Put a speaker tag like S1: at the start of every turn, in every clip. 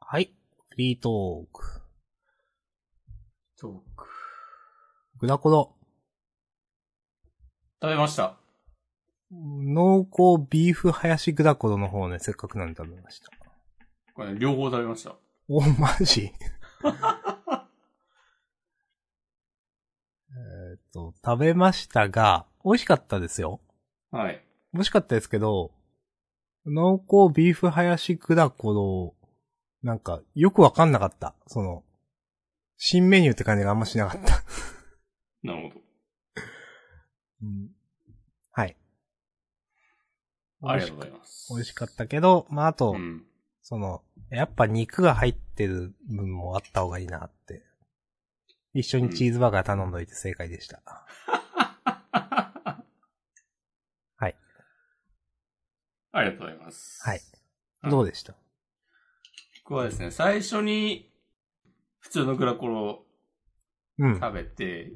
S1: はい。フリートーク。
S2: トーク。
S1: グナコロ。
S2: 食べました。
S1: 濃厚ビーフ林グナコロの方ね、せっかくなんで食べました。
S2: これ、ね、両方食べました。
S1: お、マジ えーっと、食べましたが、美味しかったですよ。
S2: はい。
S1: 美味しかったですけど、濃厚ビーフ林グナコロ、なんか、よくわかんなかった。その、新メニューって感じがあんましなかった。
S2: なるほ
S1: うんはい。
S2: ど。ありがとうございます。
S1: 美味しかったけど、まあ、あと、
S2: うん。
S1: その、やっぱ肉が入ってる分もあった方がいいなって。一緒にチーズバーガー頼んどいて正解でした。 はい。
S2: ありがとうございます。
S1: はい。
S2: うん
S1: どうでした
S2: 僕はですね、最初に、普通のグラコロを
S1: うん。
S2: 食べて、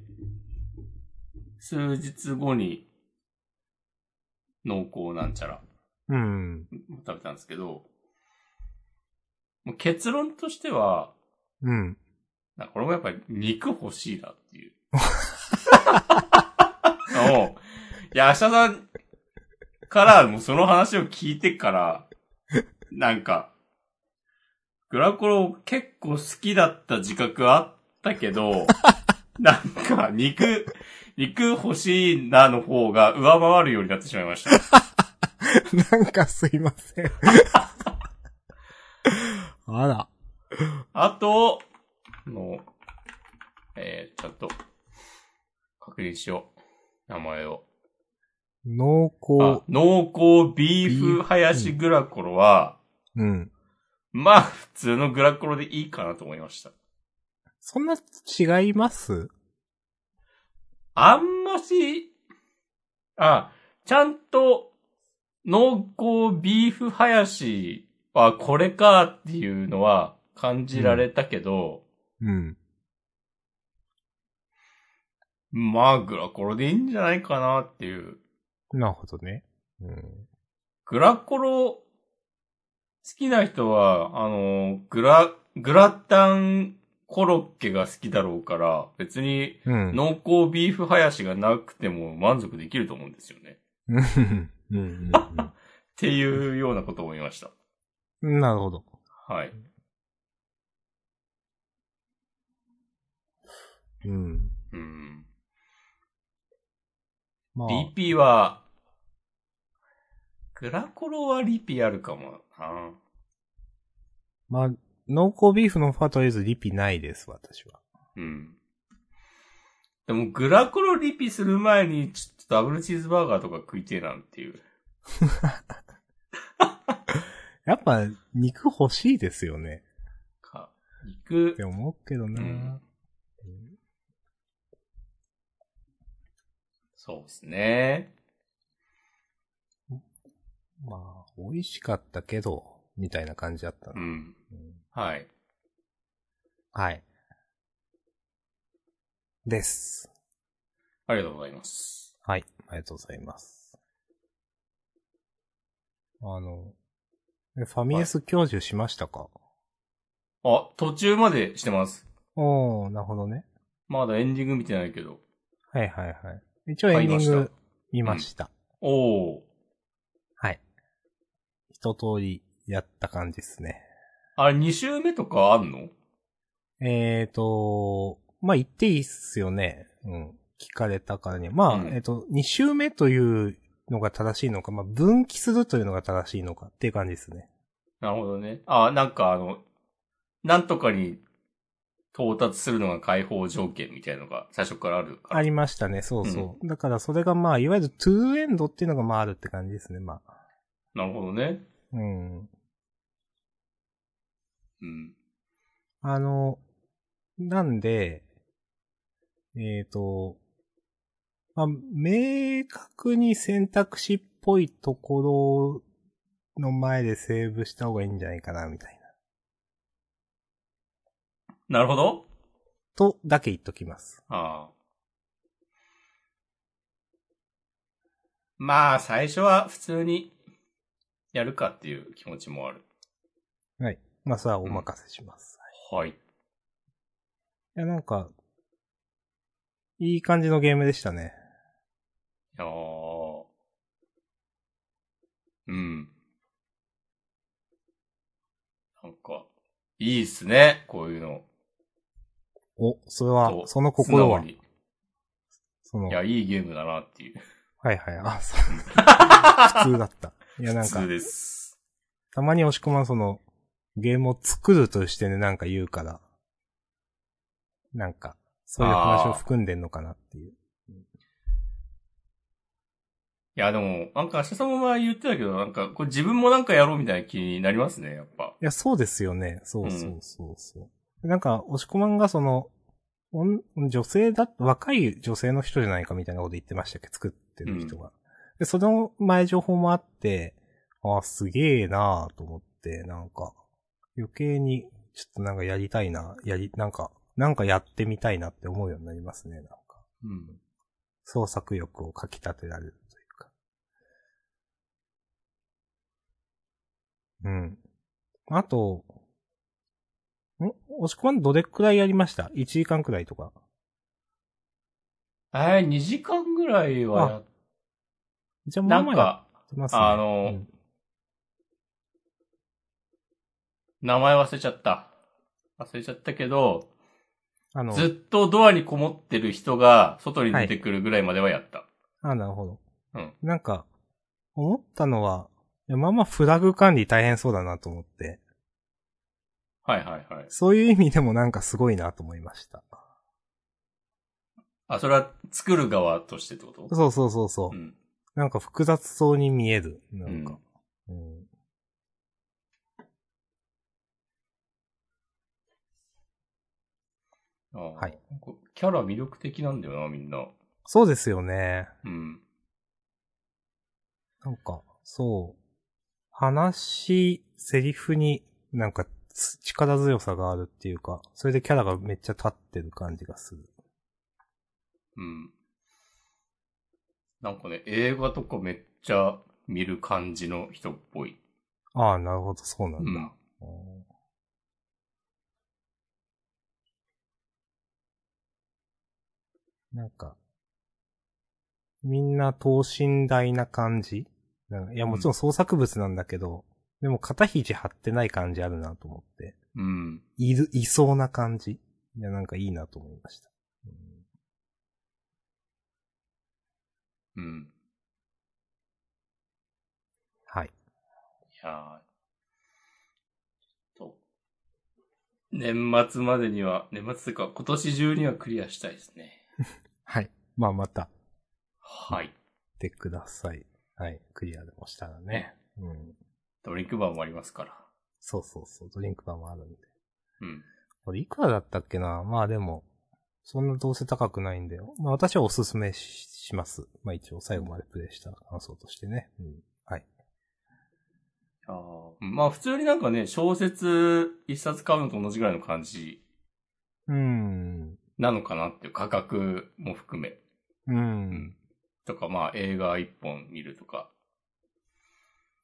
S2: 数日後に、濃厚なんちゃら、
S1: うん。
S2: 食べたんですけど、もう結論としては、
S1: うん。
S2: なんかこれもやっぱり肉欲しいなっていう。おういや、明日さんからもうその話を聞いてから、なんか、グラコロ結構好きだった自覚あったけど、なんか肉、肉欲しいなの方が上回るようになってしまいました。
S1: なんかすいません。 あら。
S2: あと、あの、えー、ちょっと、確認しよう。名前を。
S1: 濃
S2: あ
S1: 厚。
S2: 濃厚ビーフハヤシグラコロは、
S1: うん。
S2: まあ普通のグラコロでいいかなと思いました。
S1: そんな違います
S2: あんまし、あ、ちゃんと濃厚ビーフハヤシはこれかっていうのは感じられたけど、
S1: うん。
S2: まあグラコロでいいんじゃないかなっていう。
S1: なるほどね。うん。
S2: グラコロ好きな人は、あの、グラ、グラタンコロッケが好きだろうから、別に
S1: うん。
S2: 濃厚ビーフハヤシがなくても満足できると思うんですよね。
S1: うん。うんうん
S2: っていうようなことを思いました。
S1: うん。なるほど。
S2: はい。
S1: うん。
S2: うん。
S1: まあ、
S2: リピは、グラコロはリピあるかもな。
S1: まあ、濃厚ビーフのファとりあえずリピないです、私は。
S2: うん。でも、グラコロリピする前に、ちょっとダブルチーズバーガーとか食いてえなんていう。
S1: やっぱ、肉欲しいですよね。
S2: か、肉
S1: って、思うけどな、
S2: うんそうですね。
S1: まあ、美味しかったけど、みたいな感じだった
S2: う
S1: な、
S2: ん。
S1: うん
S2: はい。
S1: はい。です。
S2: ありがとうございます。
S1: はい。ありがとうございます。あの、えファミレス教授しましたか、
S2: あ、途中までしてます。
S1: おー、なるほどね。
S2: まだエンディング見てないけど。
S1: はいはいはい。一応エンディン
S2: 買いま
S1: グ
S2: した
S1: 見ました。
S2: おお。
S1: はい。一通りやった感じですね。
S2: あれ、2週目とかあんの
S1: えーと、まあ、言っていいっすよね。うん。聞かれたからには。まあ、
S2: うん
S1: えっ、と、2週目というのが正しいのか、まあ、分岐するというのが正しいのかっていう感じですね。
S2: なるほどね。あ、なんかあの、なんとかに到達するのが解放条件みたいのが最初からあるから。
S1: ありましたね、そうそう。だからそれがまあ、いわゆるトゥーエンドっていうのがまああるって感じですね、まあ。
S2: なるほどね。
S1: うん。
S2: うん。
S1: あの、なんで、えっ、と、まあ、明確に選択肢っぽいところの前でセーブした方がいいんじゃないかな、みたいな。
S2: なるほど。
S1: と、だけ言っときます。
S2: ああ。まあ、最初は普通にやるかっていう気持ちもある。
S1: はい。まあ、それはお任せします。
S2: はい。
S1: いや、なんか、いい感じのゲームでしたね。
S2: いやーうん。なんか、いいっすね、こういうの。
S1: お、それは
S2: そ、う
S1: その
S2: 素直
S1: 心は、
S2: に
S1: その、
S2: い
S1: は
S2: や、
S1: い
S2: いいゲームだなっていう。
S1: はい、あ、そう普通だった。いや、なん
S2: 普
S1: か
S2: 通、です。
S1: たまに押し込まんその、ゲームを作るとしてね、なんか言うから、なんか、そういう話を含んでんのかなっていう。
S2: いや、でも、なんか、明日さんも前言ってたけど、なんか、これ自分もなんかやろうみたいな気になりますね、やっぱ。
S1: いや、そうですよね。そうそうそうそう。なんか、押し込まんがその、おん女性だ、若い女性の人じゃないかみたいなこと言ってましたっけ作ってる人が。で、その前情報もあって、あーすげえなーと思って、なんか、余計に、ちょっとなんかやりたいな、やり、なんか、なんかやってみたいなって思うようになりますね、なんか。
S2: うん。
S1: 創作欲をかき立てられるというか。うん。あと、ん押し込まんどれくらいやりました ?1 時間くらいとか。
S2: えー、2時間ぐらいはやっ
S1: じゃあ、ま
S2: な
S1: あ
S2: ん
S1: まあや
S2: か、
S1: ってますね。
S2: あの
S1: うん
S2: 名前忘れちゃった。忘れちゃったけど、
S1: あの、
S2: ずっとドアにこもってる人が外に出てくるぐらいまではやった。
S1: あ、なるほど。
S2: うん
S1: なんか、思ったのは、いやまあまあフラグ管理大変そうだなと思って、
S2: はい、はい、はい。
S1: そういう意味でもなんかすごいなと思いました。
S2: あ、それは作る側としてってこと
S1: そうそうそうそう。
S2: うん。
S1: なんか複雑そうに見える。なんか。うん
S2: あー
S1: はい。
S2: キャラ魅力的なんだよな、みんな。
S1: そうですよね。
S2: うん。
S1: なんか、そう。話、セリフになんかつ力強さがあるっていうか、それでキャラがめっちゃ立ってる感じがする。
S2: うん。なんかね、映画とかめっちゃ見る感じの人っぽい。
S1: ああ、なるほど、そうな
S2: うんん
S1: だ。。うんなんか、みんな等身大な感じなんかいや、もちろん創作物なんだけど、でも肩肘張ってない感じあるなと思って。
S2: うん。
S1: いる、いそうな感じ。いや、なんかいいなと思いました。うん
S2: うん。
S1: はい。
S2: いやーちょっと、年末までには、年末というか今年中にはクリアしたいですね。
S1: はい。まあ、また、
S2: はい。
S1: ってください。はい。クリアでもしたらね。うん。
S2: ドリンクバーもありますから。
S1: そうそうそう。ドリンクバーもあるんで。
S2: うん。
S1: これいくらだったっけなまあでも、そんなどうせ高くないんだよ。まあ私はおすすめしします。まあ一応最後までプレイした感想としてね。うん。はい。
S2: あーまあ普通になんかね、小説一冊買うのと同じぐらいの感じ
S1: うーん。
S2: なのかなっていう価格も含め。
S1: う。
S2: うんん。とかまあ映画一本見るとか。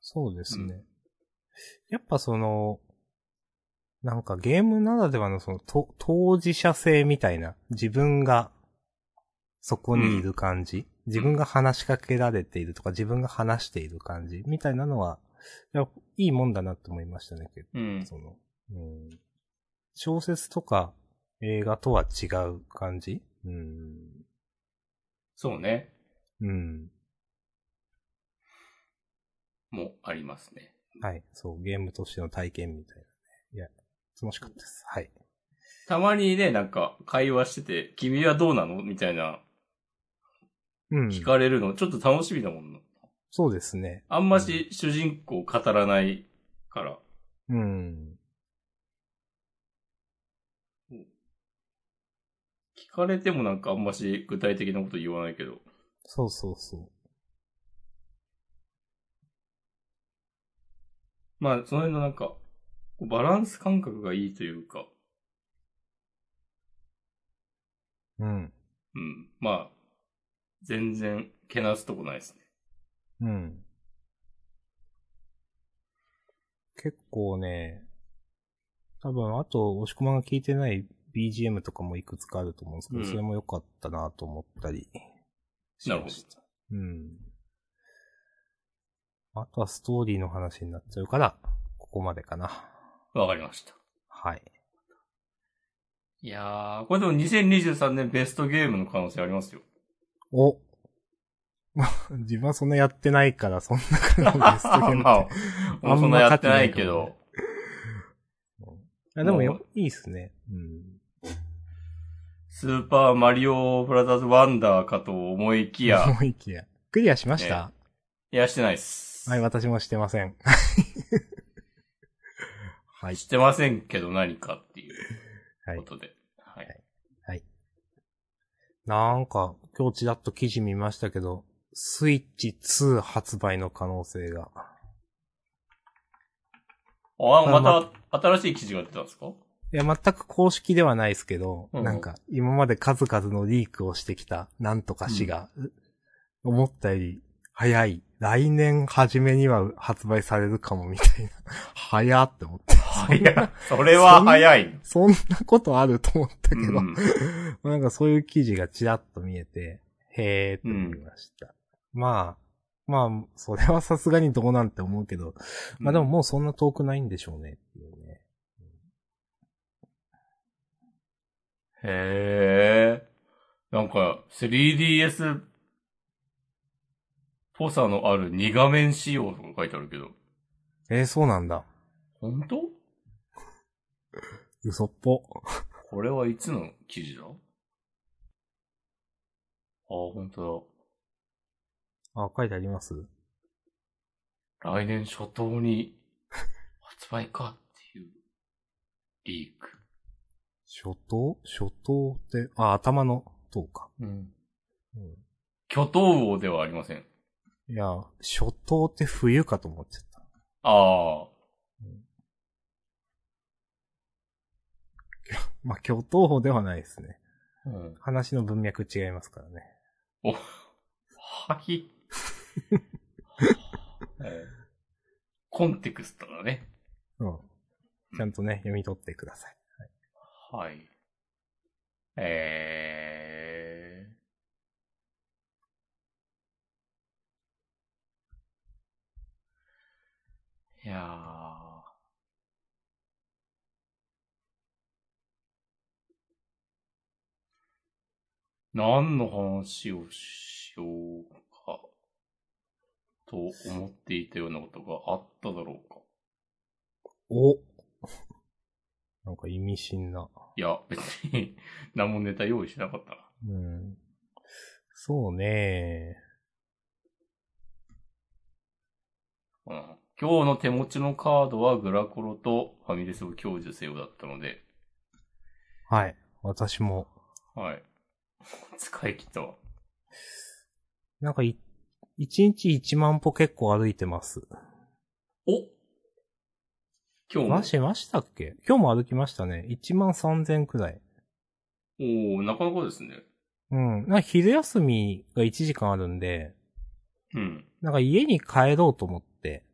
S1: そうですね。
S2: うん
S1: やっぱその、なんかゲームならではのそのと当事者性みたいな、自分がそこにいる感じ、自分が話しかけられているとか、自分が話している感じみたいなのは、いやいいもんだなって思いましたね、結
S2: うん
S1: 構。。その、うん、小説とか映画とは違う感じうん。
S2: そうね。
S1: うん。
S2: もありますね。
S1: はい。そう、ゲームとしての体験みたいなね。いや、楽しかったです。はい。
S2: たまにね、なんか会話してて、君はどうなのみたいな
S1: うん。
S2: 聞かれるの、ちょっと楽しみだもんな。
S1: そうですね。
S2: あんまし主人公語らないから。
S1: うん。
S2: 聞かれてもなんかあんまし具体的なこと言わないけど。
S1: そうそうそう。
S2: まあ、その辺のなんか、バランス感覚がいいというか、
S1: うん。
S2: うん。まあ、全然、けなすとこないですね。
S1: うん。結構ね、多分、あと、押し込まんが聞いてない BGM とかもいくつかあると思うんですけど、
S2: うん
S1: それも良かったなと思ったりし
S2: なるほ
S1: ま
S2: ど
S1: し。た。うん。あとはストーリーの話になっちゃうから、ここまでかな。
S2: わかりました。
S1: はい。
S2: いやー、これでも2023年ベストゲームの可能性ありますよ。
S1: お。 まあ、自分はそんなやってないから、そんなからもベストゲームって。
S2: まあもうそんなやってないけ
S1: あんま
S2: ど。
S1: いやでもよ
S2: も
S1: いいっすね。うん。
S2: スーパーマリオブラザーズワンダーかと思いきや、
S1: 思いきや。クリアしました、
S2: いや、してないっす。
S1: はい、私もしてません。はい。
S2: してませんけど何かっていう
S1: はい
S2: こ。とで。はい。
S1: なんか、今日ちらっと記事見ましたけど、スイッチ2発売の可能性が。
S2: あ、
S1: まあ
S2: また新しい記事が出たんですか
S1: いや、全く公式ではないですけど、
S2: うん
S1: なんか、今まで数々のリークをしてきた、なんとか氏が、思ったより、早い。来年初めには発売されるかも、みたいな。 早って思って。
S2: 早い。それは早い。
S1: そんなことあると思ったけど、
S2: うん
S1: なんかそういう記事がちらっと見えて、へーって思いました。まあ、まあ、それはさすがにどうなんて思うけど、まあでももうそんな遠くないんでしょうねっていうね。
S2: へえ。なんか、3DS っぽさのある2画面仕様とか書いてあるけど。
S1: えー、そうなんだ。
S2: 本当
S1: 嘘っぽ。
S2: これはいつの記事だああ、本当
S1: あ、書いてあります
S2: だ。来年初頭に発売かっていうリーク。
S1: 初頭初頭って、あ、頭の頭か。
S2: うん。
S1: うん
S2: 巨頭王ではありません。
S1: いや、初頭って冬かと思っちゃった。
S2: ああ。
S1: まあ、京都法ではないですね。
S2: うん。
S1: 話の文脈違いますからね。
S2: お、 はい。えーコンテクストだね。
S1: うん。ちゃんとね、読み取ってください。
S2: はい。えー。いやー。何の話をしようか、と思っていたようなことがあっただろうか。
S1: おなんか意味深な。
S2: いや、別に、 何もネタ用意しなかったな。
S1: うん。そうね
S2: うん今日の手持ちのカードはグラコロとファミレスを享受せよだったので、
S1: はい。私も。
S2: はい。 使い切ったわ。
S1: なんかい、一日1万歩結構歩いてます。
S2: お今日も
S1: わしましたっけ今日も歩きましたね。1万3000くらい。
S2: おおなかなかですね。
S1: うん。なんか昼休みが1時間あるんで、
S2: うん。
S1: なんか家に帰ろうと思って、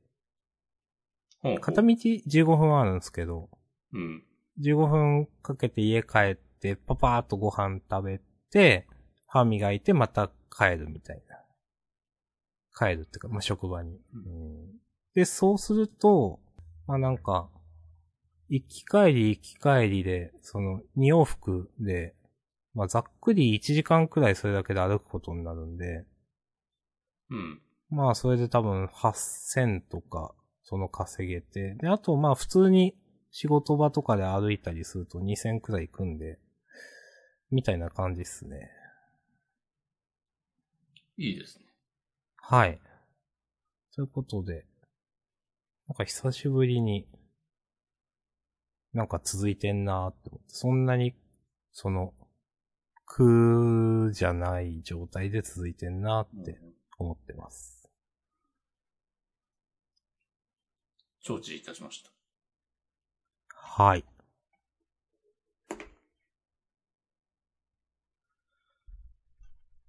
S2: ほうほう
S1: 片道15分あるんですけど、
S2: うん。
S1: 15分かけて家帰って、パパーっとご飯食べて、歯磨いてまた帰るみたいな。帰るってか、まあ、職場に、
S2: う
S1: うんで、そうすると、まあ、なんか、行き帰り行き帰りで、その、2往復で、まあ、ざっくり1時間くらいそれだけで歩くことになるんで、
S2: うん。
S1: まあ、それで多分8000とか、その稼げて。で、あと、まあ、普通に仕事場とかで歩いたりすると2000くらい行くんで、みたいな感じっすね。
S2: いいですね。
S1: はい。ということで、なんか久しぶりに、なんか続いてんなーって思って、そんなに、その、苦じゃない状態で続いてんなーって思ってます。
S2: 承知いたしました。
S1: はい。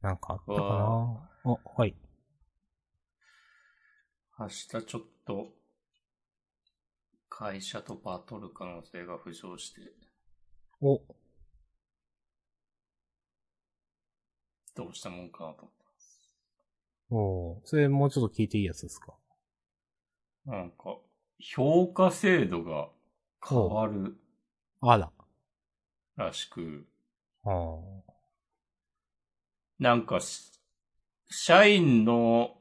S1: なんかあったか
S2: わ
S1: なあ、はい。
S2: 明日ちょっと、会社とバトル可能性が浮上して、
S1: お、
S2: どうしたもんかなと思っ
S1: おーそれもうちょっと聞いていいやつですか
S2: た。なんか、評価制度が変わる
S1: あら。
S2: らしく、
S1: ああ。
S2: なんかし、社員の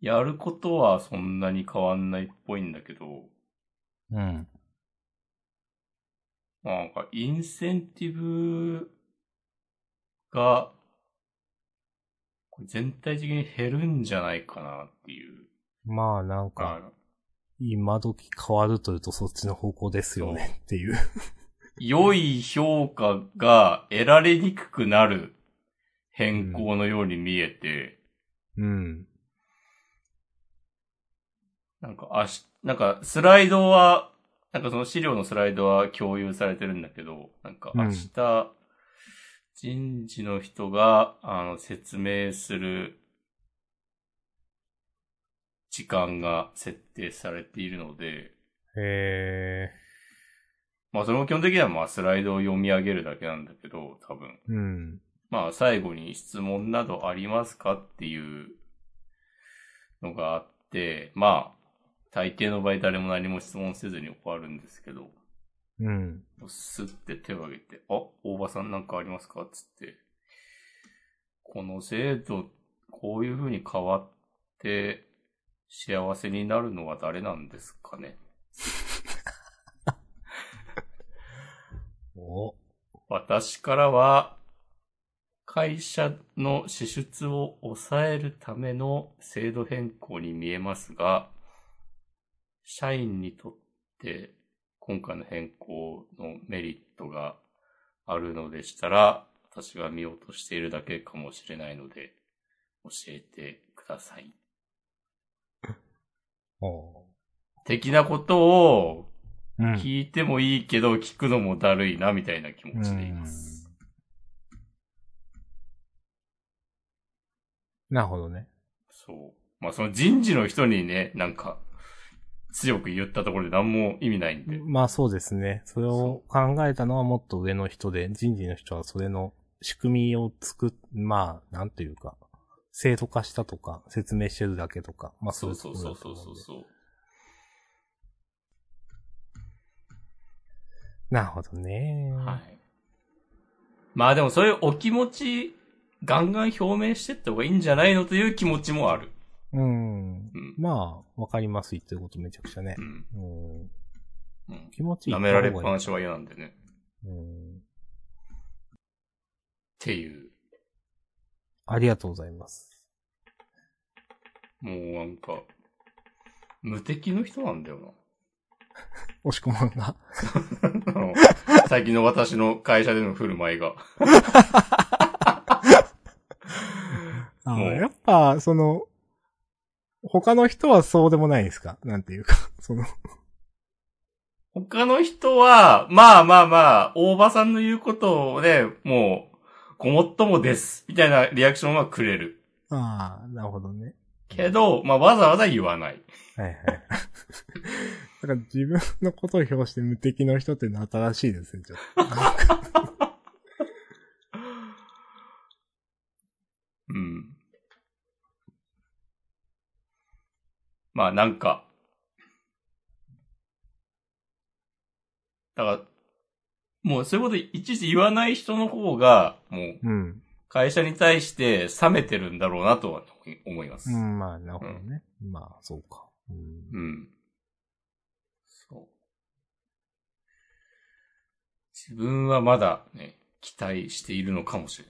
S2: やることはそんなに変わんないっぽいんだけど、
S1: うん。
S2: なんか、インセンティブが、これ全体的に減るんじゃないかなっていう。
S1: まあなんか、
S2: あ
S1: 今時変わるというとそっちの方向ですよねっていう。
S2: 良い評価が得られにくくなる変更のように見えて、
S1: うん。
S2: なんか、あし、なんか、スライドは、なんかその資料のスライドは共有されてるんだけど、なんか明日、人事の人が、あの、説明する時間が設定されているので、
S1: へえ。
S2: まあそれも基本的にはまあスライドを読み上げるだけなんだけど、多分。
S1: うん。
S2: まあ最後に質問などありますかっていうのがあって、まあ大抵の場合誰も何も質問せずに終わるんですけど、
S1: うん。
S2: スッて手を挙げて、あ、大場さんなんかありますかつって、この制度、こういう風に変わって幸せになるのは誰なんですかね
S1: お。
S2: 私からは、会社の支出を抑えるための制度変更に見えますが、社員にとって今回の変更のメリットがあるのでしたら、私が見落としているだけかもしれないので、教えてください。
S1: お
S2: 的なことを
S1: うん。
S2: 聞いてもいいけど、聞くのもだるいな、みたいな気持ちでいます。
S1: なるほどね。
S2: そう。まあその人事の人にね、なんか、強く言ったところで何も意味ないんで。
S1: まあそうですね。それを考えたのはもっと上の人で、人事の人はそれの仕組みを作っ、まあ、なんというか、制度化したとか、説明してるだけとか、まあ
S2: そうそ
S1: いうとこ
S2: そ
S1: ろだ
S2: う
S1: と
S2: そ
S1: 思
S2: うん
S1: で
S2: そうそう。
S1: なるほどね。
S2: はい。まあでもそういうお気持ち、ガンガン表明してった方がいいんじゃないのという気持ちもある。
S1: うん。
S2: うん。
S1: まあ、わかります言ってることめちゃくちゃね
S2: う。ん。
S1: うん。
S2: うん。
S1: 気持ちいい。
S2: 舐められっぱなしは嫌なんでね。っ
S1: うん。
S2: ていう。
S1: ありがとうございます。
S2: もうなんか、無敵の人なんだ よ
S1: 押し込まんが。
S2: な。あの最近の私の会社での振る舞いが。
S1: あ
S2: もう
S1: やっぱ、その、他の人はそうでもないですかなんていうか、その、
S2: 他の人は、まあまあまあ、大場さんの言うことをね、もう、ごもっともです、みたいなリアクションはくれる。
S1: ああ、なるほどね。
S2: けど、まあわざわざ言わない。
S1: はい はい。だから自分のことを表して無敵の人っていうのは新しいですね、ちょっ
S2: うん。まあなんか、だから、もうそういうこといちいち言わない人の方が、もう
S1: と。うん。
S2: 会社に対して冷めてるんだろうなとは思います。
S1: うん、まあ、なるほどね。まあ、そうか。うん
S2: うん。そう。自分はまだね、期待しているのかもしれ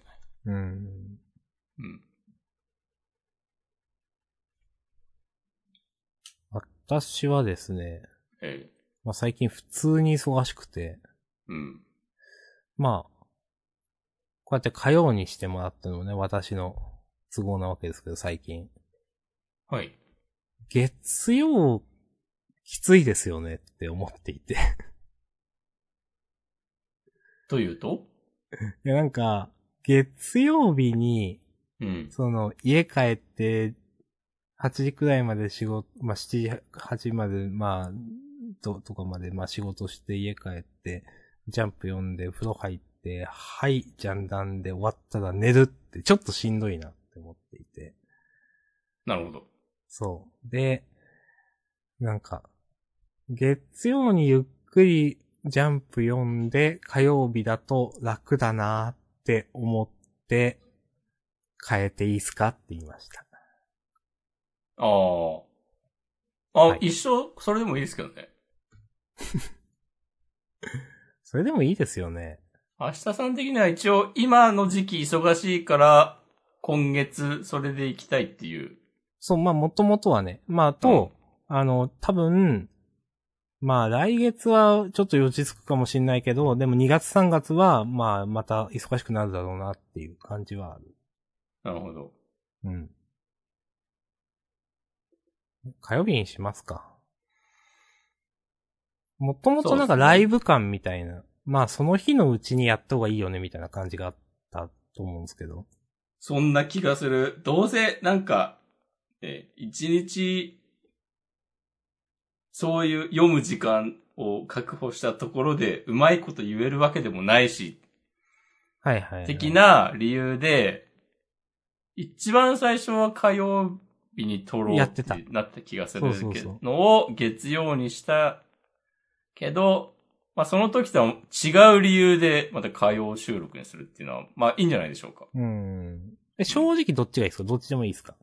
S1: う
S2: ない。
S1: ん。
S2: うん。
S1: 私はですね、
S2: ええ。
S1: まあ最近普通に忙しくて、
S2: うん。
S1: まあ、こうやって火曜にしてもらったのもね、私の都合なわけですけど、最近。
S2: はい。
S1: 月曜、きついですよねって思っていて。い
S2: というと
S1: や、なんか、月曜日に、
S2: うん。
S1: その、家帰って、8時くらいまで仕事、まあ、7時、8時まで、まあ、ととかまで、まあ仕事して家帰って、ジャンプ読んで風呂入って、はい、ジャンダンで終わったら寝るってちょっとしんどいなって思っていて。
S2: なるほど。
S1: そう。で、なんか、月曜にゆっくりジャンプ読んで、火曜日だと楽だなーって思って、変えていいすかって言いました。
S2: ああ。あ、
S1: はい
S2: 一生、それでもいいですけどね。
S1: それでもいいですよね。
S2: 明日さん的には一応、今の時期忙しいから、今月、それで行きたいっていう。
S1: そう、まあ、もともとはね。まあ、と、あの、多分、まあ、来月はちょっと予知つくかもしんないけど、でも2月3月は、まあ、また忙しくなるだろうなっていう感じはある。
S2: なるほど。
S1: うん。火曜日にしますか。もともとなんか
S2: そうですね
S1: ライブ感みたいな、まあその日のうちにやった方がいいよねみたいな感じがあったと思うんですけど。
S2: そんな気がする。どうせ、なんか、ね、一日、そういう読む時間を確保したところで、うまいこと言えるわけでもないし、
S1: はいはい、はい。
S2: 的。な理由で、一番最初は火曜日に撮ろう
S1: やってた
S2: なった気がする
S1: そう
S2: け
S1: そうそ
S2: どのを月曜にしたけど、まあその時とは違う理由でまた火曜収録にするっていうのは、まあいいんじゃないでしょうか。
S1: うん。え正直どっちがいいですかどっちでもいいですか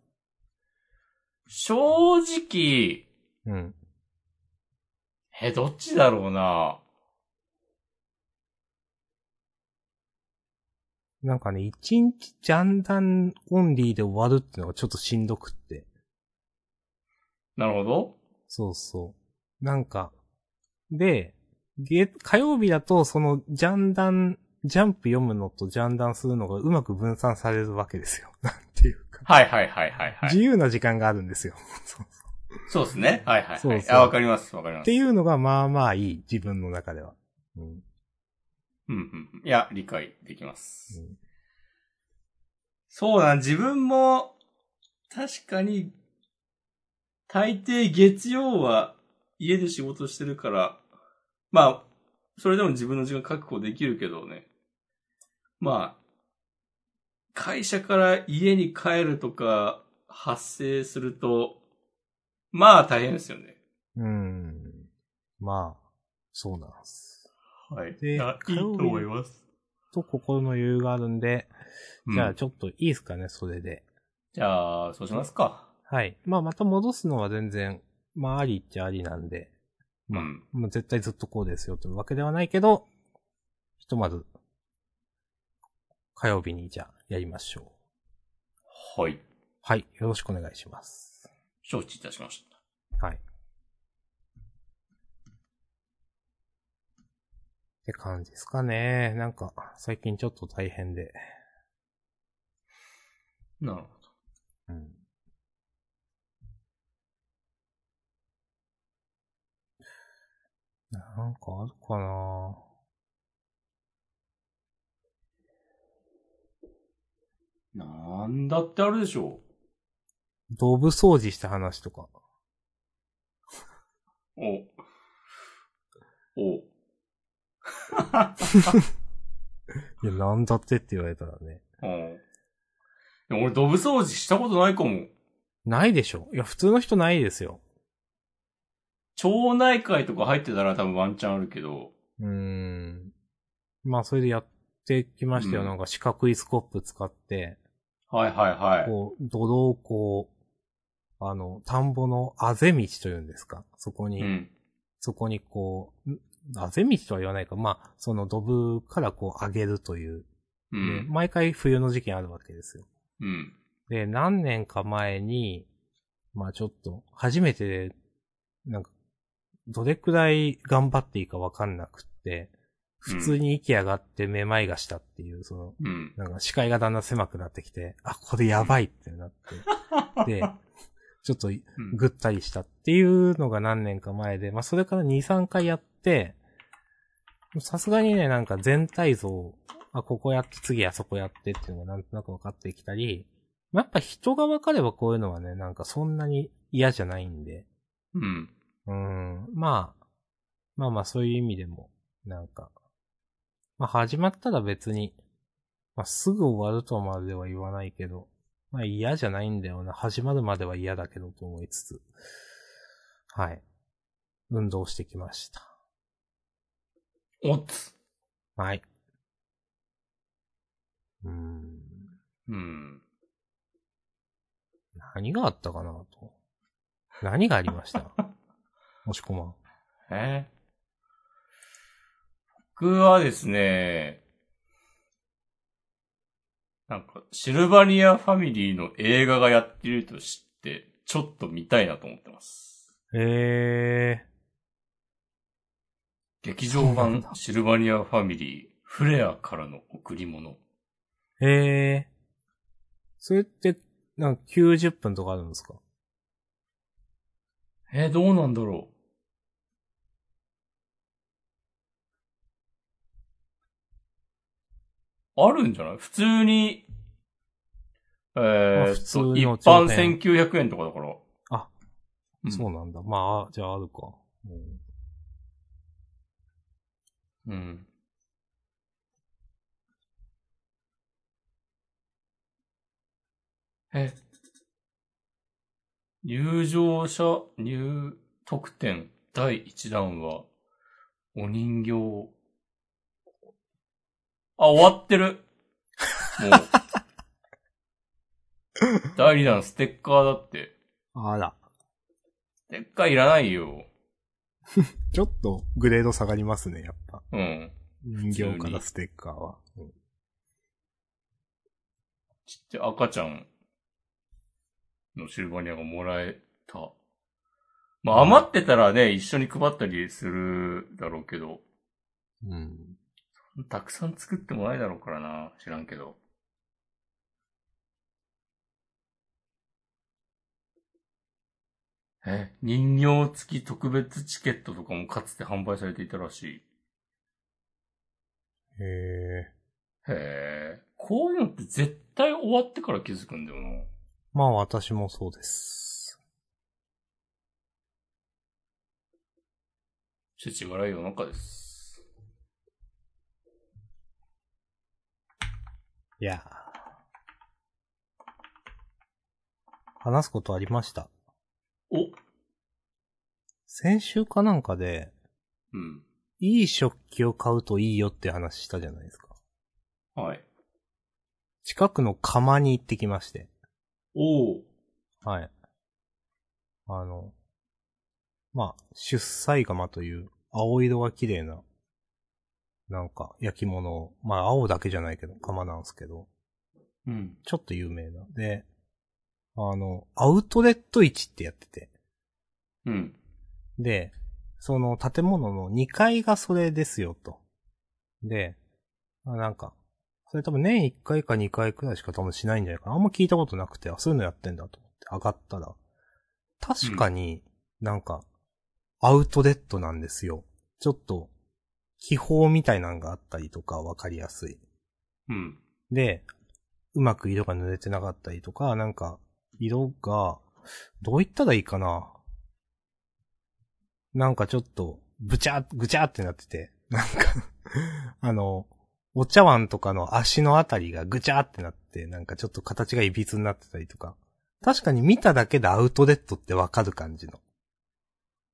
S2: 正直、
S1: うん。
S2: え、どっちだろうな。
S1: なんかね、一日ジャンダンオンリーで終わるってのがちょっとしんどくって。
S2: なるほど。
S1: そうそう。なんか、で、月、火曜日だと、その、ジャンダン、ジャンプ読むのとジャンダンするのがうまく分散されるわけですよ。 なんていうか。
S2: はいはいはいはいは
S1: 自
S2: い。
S1: 由な時間があるんですよ。そう
S2: そうですね。はいはい
S1: そ
S2: は
S1: う
S2: い。
S1: そう
S2: あ、わかりますわかりま
S1: っ
S2: す。
S1: ていうのが、まあまあいい、自分の中では。うん。
S2: うんうんうん。いや、理解できます。
S1: うん
S2: そうだな、自分も、確かに、大抵月曜は家で仕事してるから、まあ、それでも自分の時間確保できるけどね。まあ、会社から家に帰るとか発生すると、まあ大変ですよね。
S1: うん。まあ、そうなんです。
S2: はい。
S1: で
S2: いやいいと思います。
S1: と、心の余裕があるんで、じゃ
S2: う
S1: あ
S2: ん
S1: ちょっといいですかね、それで。
S2: じゃあ、そうしますか。
S1: はい。まあ、また戻すのは全然、まあ、ありっちゃありなんで。まあ
S2: うん
S1: まあ、絶対ずっとこうですよというわけではないけど、ひとまず、火曜日にじゃあ、やりましょう。
S2: はい。
S1: はい。よろしくお願いします。
S2: 承知いたしました。
S1: はい。って感じですかね。なんか、最近ちょっと大変で。
S2: なるほど。
S1: うん。なんかあるかな
S2: なんだってあるでしょ
S1: ドブ掃除した話とか。
S2: う。お。お。
S1: いや、なんだってって言われたらね。
S2: うん。でも俺、ドブ掃除したことないかも。
S1: ないでしょ。いや、普通の人ないですよ。
S2: 町内会とか入ってたら多分ワンチャンあるけど。
S1: うーん。まあ、それでやってきましたよ。
S2: うん
S1: なんか四角いスコップ使って、
S2: はいはいはい。
S1: こう、泥をこう、あの、田んぼのあぜ道というんですか。そこに、
S2: うん。
S1: そこにこう、んあぜ道とは言わないか。まあ、そのドブからこう上げるという。
S2: う
S1: で
S2: ん。
S1: 毎回冬の時期あるわけですよ。
S2: うん。
S1: で、何年か前に、まあちょっと、初めて、なんか、どれくらい頑張っていいかわかんなくって、普通に息上がってめまいがしたっていう、その、
S2: うん。
S1: なんか視界がだんだん狭くなってきて、あ、これやばいってなって、で、ちょっと
S2: うん
S1: ぐったりしたっていうのが何年か前で、まあそれから2、3回やって、さすがにね、なんか全体像、あ、ここやって、次あそこやってっていうのがなんとなく分かってきたり、まあやっぱ人が分かればこういうのはね、なんかそんなに嫌じゃないんで、
S2: うん。
S1: うーん、まあ、まあまあそういう意味でも、なんか、まあ始まったら別に、まあすぐ終わるとまでは言わないけど、まあ嫌じゃないんだよな。始まるまでは嫌だけどと思いつつ、はい。運動してきました。
S2: おつ。
S1: はい。うーん。
S2: うん。
S1: 何があったかなと。何がありましたもしこまん。
S2: え僕はですね、なんか、シルバニアファミリーの映画がやってると知って、ちょっと見たいなと思ってます。
S1: ええ
S2: 劇
S1: そ
S2: 場
S1: うなん
S2: 版
S1: だ
S2: シルバニアファミリー、フレアからの贈り物。
S1: ー、ええー。それって、なんか90分とかあるんですか
S2: えー、どうなんだろう。あるんじゃない普通に、え
S1: ま
S2: ー
S1: あ
S2: っ
S1: 普通
S2: と、一
S1: の
S2: 般
S1: 上店
S2: 1900円とかだから。
S1: あ、
S2: うん、
S1: そうなんだ。まあ、じゃああるか。うん
S2: うん。え、入場者入特典第1弾は、お人形。あ、終わってる。もう。第2弾ステッカーだって。
S1: あら。
S2: ステッカーいらないよ。
S1: ちょっとグレード下がりますね、やっぱ。
S2: うん。
S1: 人形
S2: 普
S1: か
S2: 通に
S1: らステッカーは。うん
S2: ちっちゃい赤ちゃんのシルバニアがもらえた。まあ余ってたらね、一緒に配ったりするだろうけど、
S1: うん。
S2: たくさん作ってもないだろうからな、知らんけど。え、人形付き特別チケットとかもかつて販売されていたらしい。
S1: へえ。
S2: へえ、こういうのって絶対終わってから気づくんだよな。
S1: まあ私もそうです。
S2: 世知辛い世の中です。
S1: いやー話すことありました。
S2: お
S1: 先週かなんかで、
S2: うん。
S1: いい食器を買うといいよって話したじゃないですか。
S2: はい。
S1: 近くの釜に行ってきまして。
S2: おお。
S1: はい。あの、まあ、出彩釜という青色が綺麗な、なんか焼き物を、まあ青だけじゃないけど釜なんですけど、
S2: うん。
S1: ちょっと有名な。で、あの、アウトレット市ってやってて。
S2: うん。
S1: で、その建物の2階がそれですよと。で、あなんか、それ多分年1回か2回くらいしか多分しないんじゃないかな。あんま聞いたことなくて、あ、そういうのやってんだと思って上がったら、確かになんか、アウトレットなんですよ。ちょっと、気泡みたいなのがあったりとかわかりやすい。
S2: うん。
S1: で、うまく色が塗れてなかったりとか、なんか、色が、どう言ったらいいかな。なんかちょっと、ぶちゃ、ぐちゃってなってて、なんか、 あの、お茶碗とかの足のあたりがぐちゃってなって、なんかちょっと形がいびつになってたりとか。確かに見ただけでアウトレットってわかる感じの。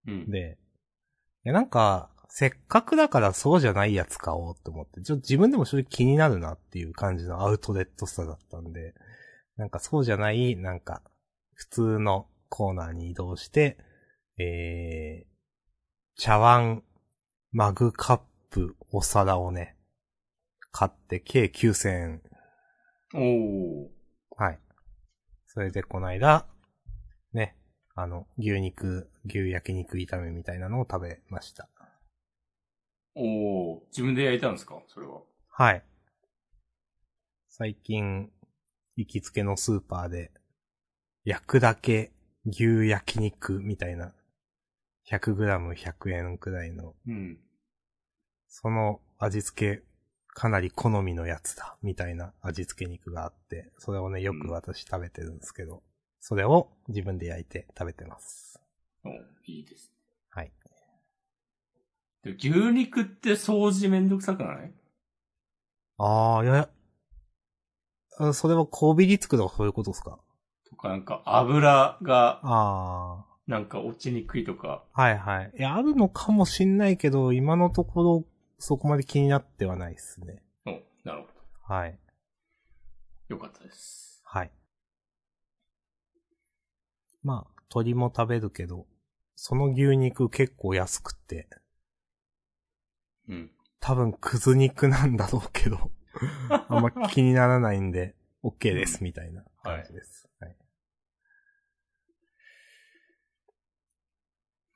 S2: うん。
S1: で、いやなんか、せっかくだからそうじゃないやつ買おうって思って、ちょっと自分でも正直気になるなっていう感じのアウトレットさだったんで、なんかそうじゃない、なんか、普通のコーナーに移動して、えー、茶碗、マグカップ、お皿をね、買って計9000円。
S2: おお。
S1: はい。それでこの間、ね、あの、牛肉、牛焼肉炒めみたいなのを食べました。
S2: おお。自分で焼いたんですかそれは。
S1: はい。最近、行きつけのスーパーで、焼くだけ牛焼肉みたいな、100g100 円くらいの、
S2: うん。
S1: その味付け、かなり好みのやつだ、みたいな味付け肉があって、それをね、よく私食べてるんですけど、それを自分で焼いて食べてます。
S2: おーいいです。
S1: はい。
S2: 牛肉って掃除めんどくさくない
S1: ああ、いや、あそれはこびりつくとかそういうことですか
S2: とかなんか油が
S1: あ
S2: なんか落ちにくいとか。
S1: あ、はいはい。いや、あるのかもしんないけど、今のところ、そこまで気になってはないですね。
S2: お、なるほ
S1: はい。
S2: ど。よかったです。
S1: はい。まあ、鳥も食べるけど、その牛肉結構安くて、
S2: うん。
S1: 多分くず肉なんだろうけ ど、あんま気にならないんで、OK です、みたいな感じです。はい。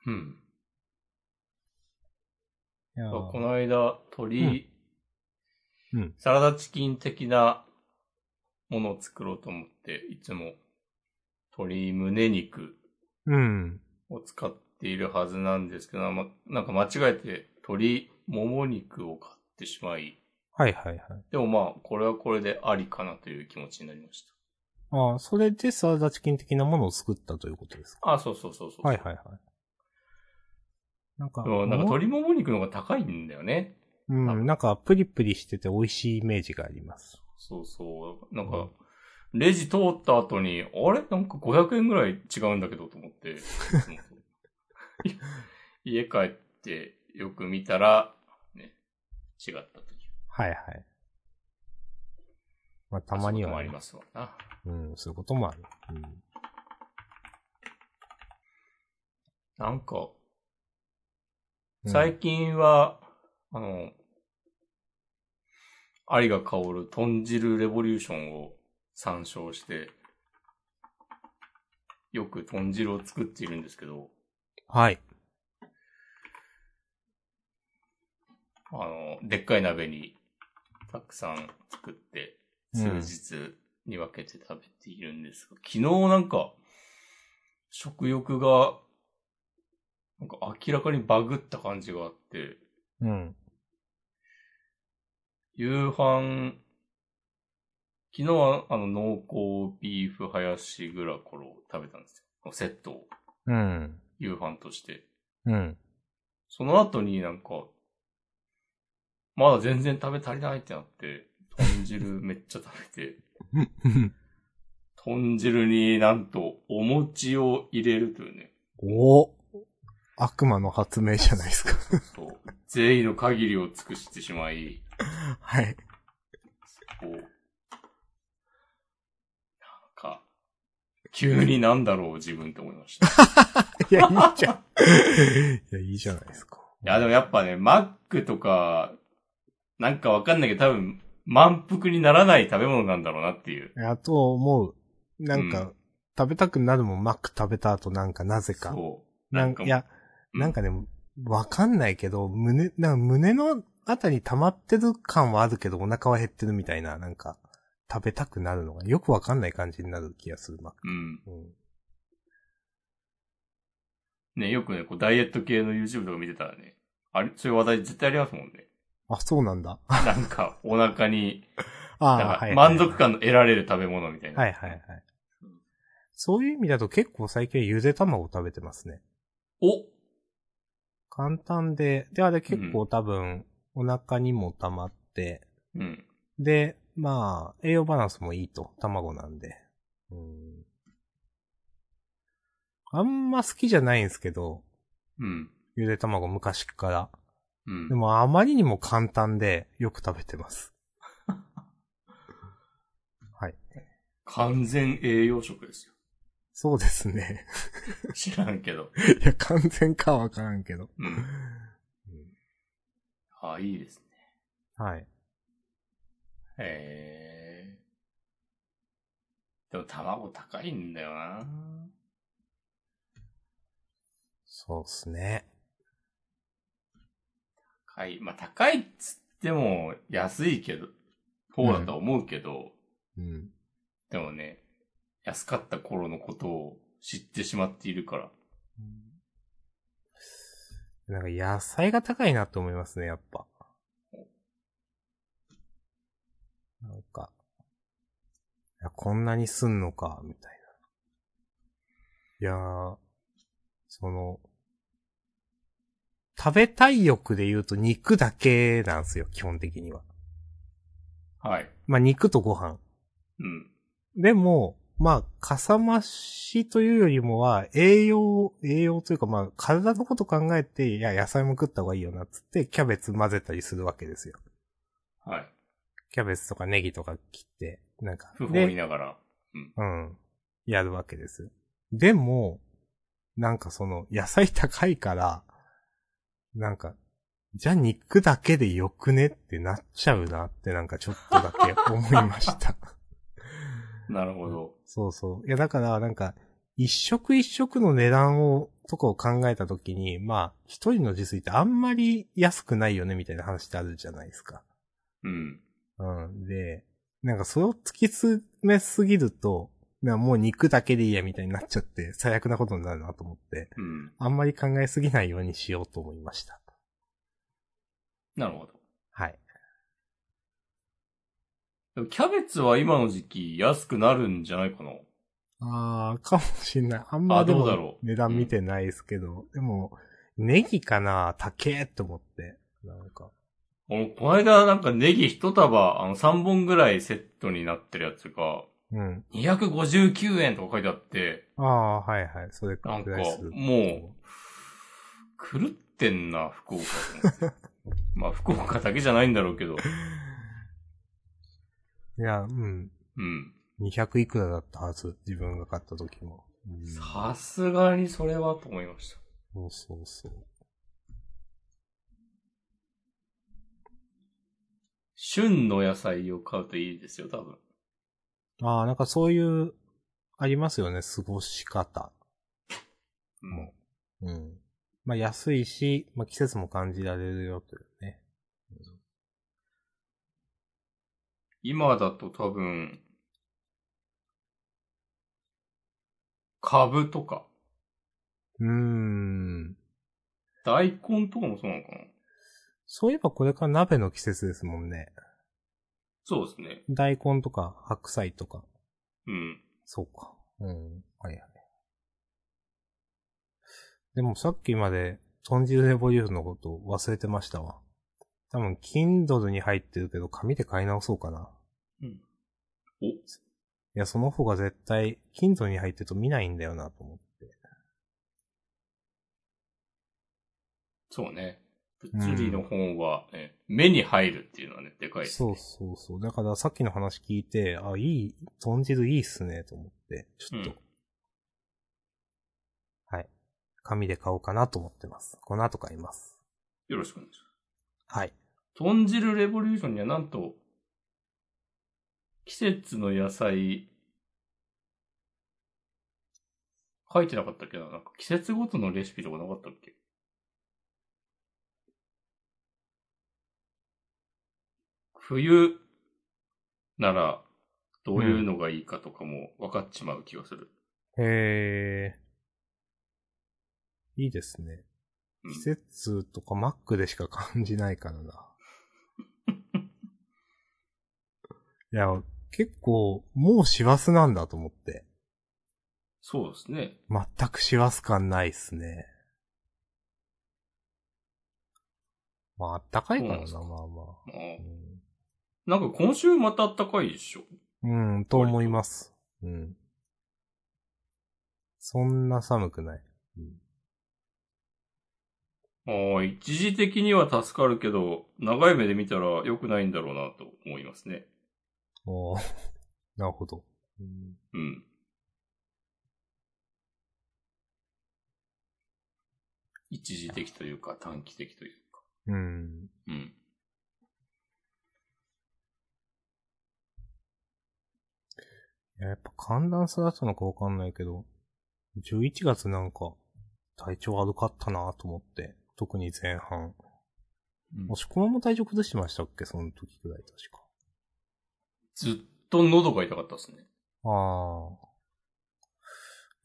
S2: うん。
S1: いやー
S2: この間、鳥、
S1: うんうん
S2: サラダチキン的なものを作ろうと思って、いつも鶏胸肉
S1: うん。
S2: を使っているはずなんですけど、ま、なんか間違えて鶏もも肉を買ってしまい、
S1: はいはいはい。
S2: でもまあ、これはこれでありかなという気持ちになりまし
S1: ああ、それでサラダチキン的なものを作ったということですか
S2: た。あ、そうそうそうそう。
S1: はいはいはい。なんか、
S2: でもなんか
S1: もう
S2: 鶏もも肉の方が高いんだよね。
S1: うん、なんかプリプリしてて美味しいイメージがあります。
S2: そうそう。なん
S1: う
S2: か
S1: ん、
S2: レジ通った後に、あれなんか500円ぐらい違うんだけどと思 って。いつもい家帰ってよく見たら、ね、違ったという。
S1: はいはい。まあ、たまに
S2: そういうことも
S1: は
S2: あ
S1: ね
S2: りますわな。
S1: うん、そういうこともある。うん。
S2: なんか、
S1: うん
S2: 最近は、あの、有が香る豚汁レボリューションを参照して、よく豚汁を作っているんですけど、
S1: はい。
S2: あの、でっかい鍋にたくさん作って、数日に分けて食べているんですが、昨日なんか、食欲が、なんか明らかにバグった感じがあって、
S1: うん。
S2: 夕飯、昨日はあの濃厚ビーフハヤシグラコロを食べたんですよ。セットを、
S1: うん。
S2: 夕飯として。
S1: うん。
S2: その後になんか、まだ全然食べ足りないってなって、豚汁めっちゃ食べて、豚汁になんとお餅を入れるというね、
S1: お悪魔の発明じゃない ですか。
S2: そう、善意の限りを尽くしてしまい、
S1: はい。
S2: こう、なんか、急になんだろう自分って思いました。
S1: いや、いいじゃん。いや、いいじゃないですか。
S2: いや、でもやっぱね、マックとか、なんかわかんないけど多分、満腹にならない食べ物なんだろうなっていう。
S1: いや、と思う。なんか、
S2: う
S1: 食べたくなるもん、マック食べた後なんかなぜか。
S2: そう。
S1: なんか、いや、
S2: うん
S1: なんかね、わかんないけど、胸、なんか胸のあたり溜まってる感はあるけど、お腹は減ってるみたいな、なんか、食べたくなるのが、よくわかんない感じになる気がする、マック。
S2: うん。
S1: うん。
S2: ね、よくね、こう、ダイエット系の YouTube とか見てたらね、あれ、そういう話題絶対ありますもん ね。
S1: あ、そうなんだ。あ
S2: なんか、お腹に、なん
S1: あ、は
S2: か
S1: い、はい。
S2: 満足感の得られる食べ物みたいな。
S1: はいはいはい。そういう意味だと結構最近はゆで卵を食べてますね。
S2: お
S1: 簡単で、で、あれ結構多分、お腹にも溜まって、
S2: うん。
S1: で、まあ、栄養バランスもいいと、卵なんで。うん。あんま好きじゃないんですけど、
S2: うん。
S1: ゆで卵昔から。
S2: うん
S1: で。もあまりにも簡単で、よく食べてます。はい。
S2: 完全栄養食ですよ。
S1: そうですね。
S2: 知らんけど。
S1: いや、完全かはわからんけど。
S2: うん。あ、いいですね。
S1: はい。
S2: へえ。でも卵高いんだよな。
S1: そうですね。
S2: 高い。まあ、高いっつっても安いけど、方だとは思うけど、
S1: うん。
S2: でもね、安かった頃のことを知ってしまっているから。
S1: なんか野菜が高いなって思いますね、やっぱ。なんか、いやこんなにすんのか、みたいな。いやー、その、食べたい欲で言うと肉だけなんですよ、基本的には。
S2: はい。
S1: まあ肉とご飯。
S2: うん。
S1: でも、まあ、かさ増しというよりもは、栄養、栄養というか、まあ、体のこと考えて、いや、野菜も食った方がいいよな、つって、キャベツ混ぜたりするわけですよ。
S2: はい。
S1: キャベツとかネギとか切って、なんか。
S2: 不
S1: で
S2: 法見ながら。
S1: うん。やるわけです。でも、なんかその、野菜高いから、なんか、じゃあ肉だけでよくねってなっちゃうなってなんかちょっとだけ思いました。
S2: なるほど。
S1: そうそう。いやだからなんか、一食一食の値段を、とかを考えたときに、まあ、一人の自炊ってあんまり安くないよねみたいな話ってあるじゃないですか。
S2: うん。
S1: うん。で、なんかそれを突き詰めすぎると、なんかもう肉だけでいいやみたいになっちゃって、最悪なことになるなと思って、
S2: うん。
S1: あんまり考えすぎないようにしようと思いました。
S2: なるほど。
S1: はい。
S2: でもキャベツは今の時期安くなるんじゃないかな。
S1: あー、かもしんない。あんま
S2: あ
S1: で
S2: どうだ
S1: も
S2: ろう
S1: 値段見てないですけど、でも、ネギかな高えって思って。なんか。
S2: 俺、この間なんかネギ一束、あの3本ぐらいセットになってるやつが、
S1: うん。
S2: 259円とか書いてあって、
S1: ああ、はいはい。それく
S2: なんから
S1: いする。
S2: もう、狂ってんな、福岡と思 って。まあ、福岡だけじゃないんだろうけど。
S1: いや、うん。
S2: うん。
S1: 200いくらだったはず。自分が買った時も。うん
S2: さすがにそれはと思いました。
S1: そうそうそう。
S2: 旬の野菜を買うといいですよ、多分。
S1: ああ、なんかそういう、ありますよね、過ごし方。
S2: うん。
S1: うん。まあ安いし、まあ季節も感じられるよというね。
S2: 今だと多分、株とか、
S1: うーん。
S2: 大根とかもそうなのかな
S1: そういえばこれから鍋の季節ですもんね。
S2: そうですね。
S1: 大根とか白菜とか。
S2: うん。
S1: そうか。うん。はいはい。でもさっきまで、豚汁レボリューションのこと忘れてましたわ。多分、Kindle に入ってるけど、紙で買い直そうかな。
S2: うんお
S1: いや、その方が絶対、Kindle に入ってると見ないんだよな、と思って。
S2: そうね。物理の本は、ね目に入るっていうのはね、でかいです、
S1: そう
S2: ね。
S1: そうそう。だからさっきの話聞いて、あ、いい、豚汁いいっすね、と思って、ちょっと、
S2: うん
S1: はい。紙で買おうかなと思ってます。この後買います。
S2: よろしくお願いします。
S1: はい。
S2: 豚汁レボリューションにはなんと、季節の野菜、書いてなかったっけど、なんか季節ごとのレシピとかなかったっけ冬ならどういうのがいいかとかも分かっちまう気がする。
S1: へー。いいですね。
S2: うん
S1: 季節とかマックでしか感じないからな。 いや、結構、もう師走なんだと思って。
S2: そうですね。
S1: 全く師走感ないっすね。まあ、あったかいからな、
S2: そう
S1: まあまあ。
S2: まあ
S1: うん
S2: なんか今週また暖かいでしょ。
S1: うん、と思います。うん。そんな寒くない。
S2: ああ、一時的には助かるけど、長い目で見たら良くないんだろうなと思いますね。
S1: おー なるほど。うん
S2: うん。一時的というか短期的というか。
S1: うん。
S2: うん。
S1: いややっぱ寒暖差だったのかわかんないけど、11月なんか、体調悪かったなと思って、特に前半。もしこまも体調崩してましたっけその時くらい確か。
S2: ずっと喉が痛かったですね。
S1: あー。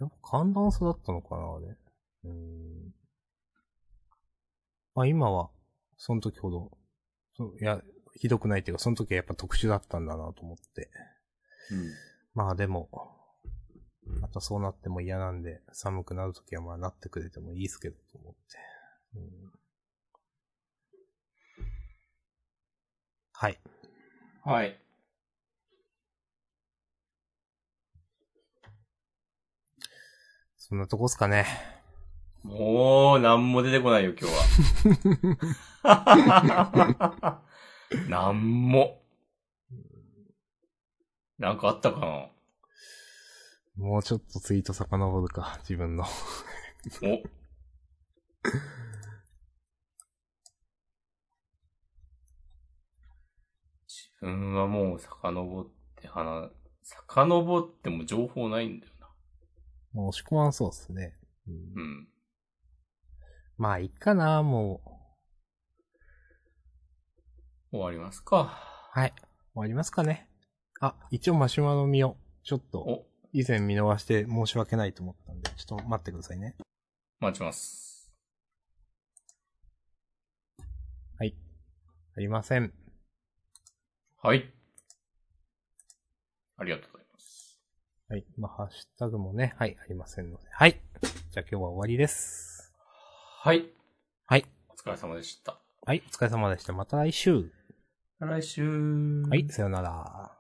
S1: やっぱ寒暖差だったのかなあれ。うーん。まあ今は、その時ほど、そういや、ひどくないっていうか、その時はやっぱ特殊だったんだなと思って。
S2: うん。
S1: まあでも、またそうなっても嫌なんで、寒くなるときはまあなってくれてもいいですけどと思って。うんはい。
S2: はい。
S1: そんなとこっすかね。
S2: もう、なんも出てこないよ、今日は。 なんも。なんかあったかな
S1: もうちょっとツイート遡るか、自分の。
S2: お。自分はもう遡って話、遡っても情報ないんだよな。
S1: もう押し込まんそうっすね。うん
S2: うん。
S1: まあ、いっかな、もう。
S2: 終わりますか。
S1: はい。終わりますかね。あ、一応マシュマロ見よう。ちょっと
S2: お、
S1: 以前見逃して申し訳ないと思ったんで、ちょっと待ってくださいね。
S2: 待ちます。
S1: ありません。
S2: はい。ありがとうございます。
S1: はい。まあ、ハッシュタグもね、はい、ありませんので。はい。じゃあ今日は終わりです。
S2: はい。
S1: はい。
S2: お疲れ様でした。
S1: はい、お疲れ様でした。また来週。
S2: 来週。
S1: はい、さよなら。